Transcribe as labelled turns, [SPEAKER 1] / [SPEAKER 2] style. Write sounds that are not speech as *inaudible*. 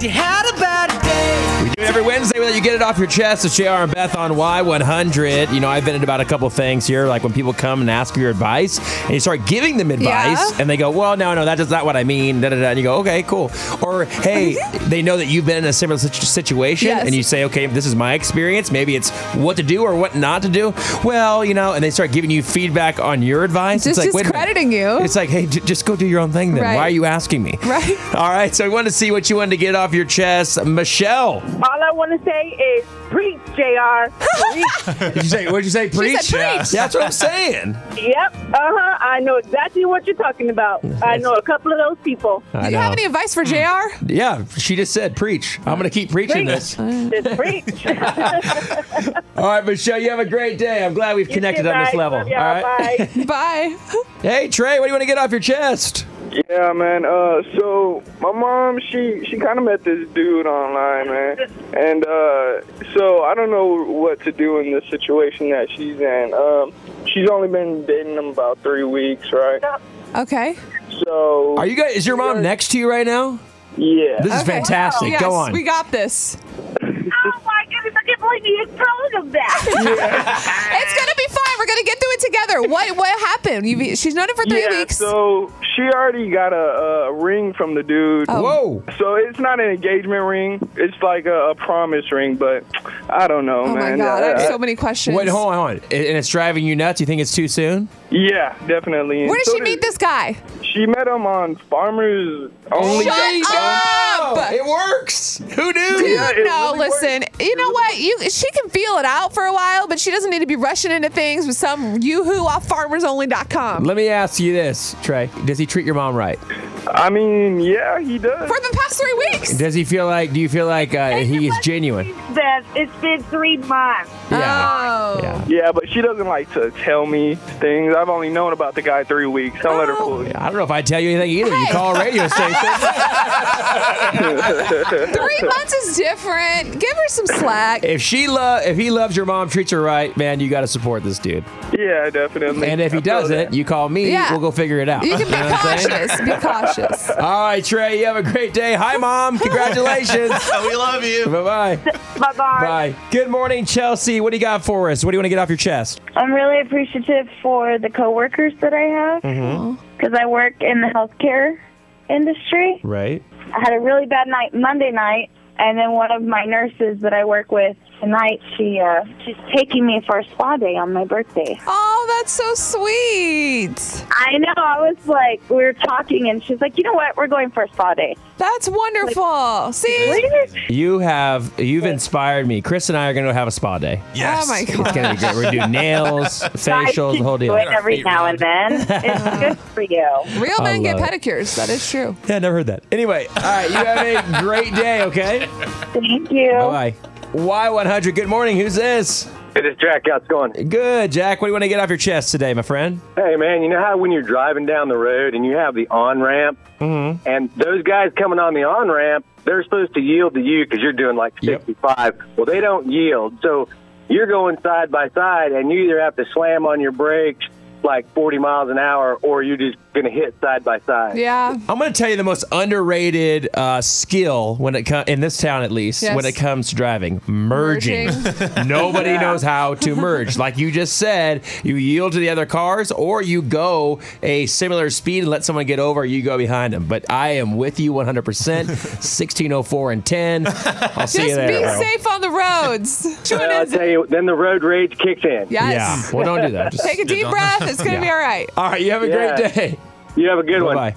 [SPEAKER 1] You had a bad day.
[SPEAKER 2] We do it every Wednesday without you get it off your chest. It's JR and Beth on Y100. You know, I've vented about a couple things here, like when people come and ask for your advice, and you start giving them advice,
[SPEAKER 3] Yeah.
[SPEAKER 2] and they go, well, no, no, that's not what I mean, da, da, da, and you go, okay, cool. Or, hey,
[SPEAKER 3] *laughs*
[SPEAKER 2] they know that you've been in a similar situ- situation,
[SPEAKER 3] Yes.
[SPEAKER 2] and you say, okay, this is my experience. Maybe it's what to do or what not to do. Well, you know, and they start giving you feedback on your advice. it's
[SPEAKER 3] Just
[SPEAKER 2] like, wait a minute.
[SPEAKER 3] discrediting you.
[SPEAKER 2] It's like, hey, j- just go do your own thing then.
[SPEAKER 3] Right.
[SPEAKER 2] Why are you asking me?
[SPEAKER 3] Right.
[SPEAKER 2] *laughs* All right, so we wanted to see what you wanted to get off your chest. Michelle.
[SPEAKER 4] All I want to say is preach, JR. Preach.
[SPEAKER 2] Did you say? What did you say? Preach.
[SPEAKER 3] preach.
[SPEAKER 2] That's what I'm saying.
[SPEAKER 4] yep. Uh huh. I know exactly what you're talking about. I know a couple of those people.
[SPEAKER 2] I
[SPEAKER 3] *laughs*
[SPEAKER 2] Mm.
[SPEAKER 3] Do you have any advice for JR?
[SPEAKER 2] Yeah, she just said preach. I'm gonna keep preaching this.
[SPEAKER 4] Preach. Just preach.
[SPEAKER 2] All right, Michelle, you have a great day. I'm glad we've connected on this level. All right.
[SPEAKER 4] Bye. *laughs*
[SPEAKER 3] Bye. *laughs*
[SPEAKER 2] Hey Trey, what do you want to get off your chest?
[SPEAKER 5] Yeah, man. Uh, so my mom, she she kind of met this dude online, man, and uh, so I don't know what to do in the situation that she's in. Um, she's only been dating him about three weeks, right?
[SPEAKER 3] Okay.
[SPEAKER 5] So
[SPEAKER 2] Are you guys? Is your mom next to you right now?
[SPEAKER 5] Yeah.
[SPEAKER 2] This is
[SPEAKER 3] Okay.
[SPEAKER 2] fantastic.
[SPEAKER 3] Yes,
[SPEAKER 2] Go on.
[SPEAKER 3] We got this.
[SPEAKER 4] Oh my goodness! I can't believe you told
[SPEAKER 2] *laughs*
[SPEAKER 4] him that.
[SPEAKER 3] It's gonna be fine. We're gonna get through it together. What what happened? You, she's known him for three
[SPEAKER 5] yeah.
[SPEAKER 3] weeks.
[SPEAKER 5] So she already got a, a ring from the dude.
[SPEAKER 3] Oh.
[SPEAKER 2] Whoa.
[SPEAKER 5] So it's not an engagement ring. It's like a, a promise ring, but I don't know,
[SPEAKER 3] oh
[SPEAKER 5] man.
[SPEAKER 3] my god, I
[SPEAKER 5] Uh,
[SPEAKER 3] have so many questions.
[SPEAKER 2] Wait, hold on, hold on. And it's driving you nuts. You think it's too soon?
[SPEAKER 5] yeah, definitely.
[SPEAKER 3] Where did
[SPEAKER 5] So
[SPEAKER 3] she meet this guy?
[SPEAKER 5] She met him on Farmers Only.
[SPEAKER 3] Shut
[SPEAKER 2] There you go.
[SPEAKER 3] up!
[SPEAKER 2] It works. Who knew?
[SPEAKER 3] Dude,
[SPEAKER 5] Yeah, it
[SPEAKER 3] no,
[SPEAKER 5] really
[SPEAKER 3] listen. You know what? You she can feel it out for a while, but she doesn't need to be rushing into things with some yoo-hoo off farmersonly.com.
[SPEAKER 2] Let me ask you this, Trey. Does he treat your mom right?
[SPEAKER 5] I mean, yeah, he does.
[SPEAKER 3] for the past three weeks.
[SPEAKER 2] Does he feel like? Do you feel like uh, he is genuine?
[SPEAKER 4] Beth, it's been three months.
[SPEAKER 3] Oh.
[SPEAKER 2] Yeah.
[SPEAKER 5] Yeah, but she doesn't like to tell me things. I've only known about the guy three weeks. Don't let her fool you.
[SPEAKER 2] I don't know if I tell you anything either. You
[SPEAKER 3] Hey.
[SPEAKER 2] call a radio
[SPEAKER 3] *laughs*
[SPEAKER 2] station.
[SPEAKER 3] Three months is different. Give her some slack.
[SPEAKER 2] if she lo- if he loves your mom, treats her right, man, you got to support this dude.
[SPEAKER 5] Yeah, definitely.
[SPEAKER 2] And if
[SPEAKER 5] I
[SPEAKER 2] he
[SPEAKER 5] feel
[SPEAKER 2] doesn't,
[SPEAKER 5] that.
[SPEAKER 2] you call me.
[SPEAKER 3] Yeah.
[SPEAKER 2] We'll go figure it out. *laughs*
[SPEAKER 3] You can
[SPEAKER 2] know
[SPEAKER 3] be
[SPEAKER 2] what I'm saying?
[SPEAKER 3] cautious. Be cautious.
[SPEAKER 2] All right, Trey. You have a great day. Hi, mom.
[SPEAKER 3] *laughs*
[SPEAKER 2] Congratulations.
[SPEAKER 6] we love you.
[SPEAKER 2] Bye-bye.
[SPEAKER 4] Bye bye.
[SPEAKER 2] Bye. Good morning, Chelsea. What do you got for us? What do you want to get off your chest?
[SPEAKER 7] I'm really appreciative for the coworkers that I have because I work in the healthcare industry.
[SPEAKER 2] Right.
[SPEAKER 7] I had a really bad night Monday night, and then one of my nurses that I work with tonight, she uh, she's taking me for a spa day on my birthday.
[SPEAKER 3] Oh, that's so sweet.
[SPEAKER 7] I know. I was like, we were talking, and she's like, you know what? We're going for a spa day.
[SPEAKER 3] That's wonderful. See?
[SPEAKER 2] You have you've inspired me. Chris and I are going to have a spa day.
[SPEAKER 6] Yes.
[SPEAKER 3] Oh my
[SPEAKER 2] It's
[SPEAKER 3] god.
[SPEAKER 2] going to be great. We're going to do
[SPEAKER 3] *laughs*
[SPEAKER 2] nails, facials, the whole
[SPEAKER 7] Do
[SPEAKER 2] deal.
[SPEAKER 7] it every now and then. *laughs* It's good for you.
[SPEAKER 3] Real
[SPEAKER 2] I
[SPEAKER 3] men get
[SPEAKER 2] love
[SPEAKER 3] pedicures. That is true.
[SPEAKER 2] Yeah, I never heard that. Anyway, all right. You have a great day. Okay.
[SPEAKER 7] Thank you.
[SPEAKER 2] Bye. Y100. Good morning. Who's this?
[SPEAKER 8] It is Jack. How's it going?
[SPEAKER 2] Good, Jack. What do you want to get off your chest today, my friend?
[SPEAKER 8] Hey, man, you know how when you're driving down the road and you have the on ramp, and those guys coming on the on ramp, they're supposed to yield to you because you're doing like
[SPEAKER 2] Yep.
[SPEAKER 8] 65. Well, they don't yield. So you're going side by side, and you either have to slam on your brakes like 40 miles an hour, or you're just going to hit side by side.
[SPEAKER 3] Yeah.
[SPEAKER 2] I'm going to tell you the most underrated uh, skill when it com- in this town at least
[SPEAKER 3] Yes.
[SPEAKER 2] when it comes to driving, merging. *laughs* Nobody knows how to merge. Like you just said, you yield to the other cars, or you go a similar speed and let someone get over. You go behind them. But I am with you 100.
[SPEAKER 3] *laughs*
[SPEAKER 2] percent 1604 and 10. I'll see you
[SPEAKER 3] Just
[SPEAKER 2] there.
[SPEAKER 3] be
[SPEAKER 2] bro.
[SPEAKER 3] safe on the roads. Tune
[SPEAKER 8] Well, I'll
[SPEAKER 3] in.
[SPEAKER 8] tell you, then the road rage kicks in.
[SPEAKER 3] *laughs* Yes. *laughs*
[SPEAKER 2] Yeah. Well, don't do that. Just, *laughs*
[SPEAKER 3] Take a deep breath. It's going to be all right.
[SPEAKER 2] all right. You have a
[SPEAKER 8] Yeah.
[SPEAKER 2] great day.
[SPEAKER 8] You have a good one.
[SPEAKER 2] Bye.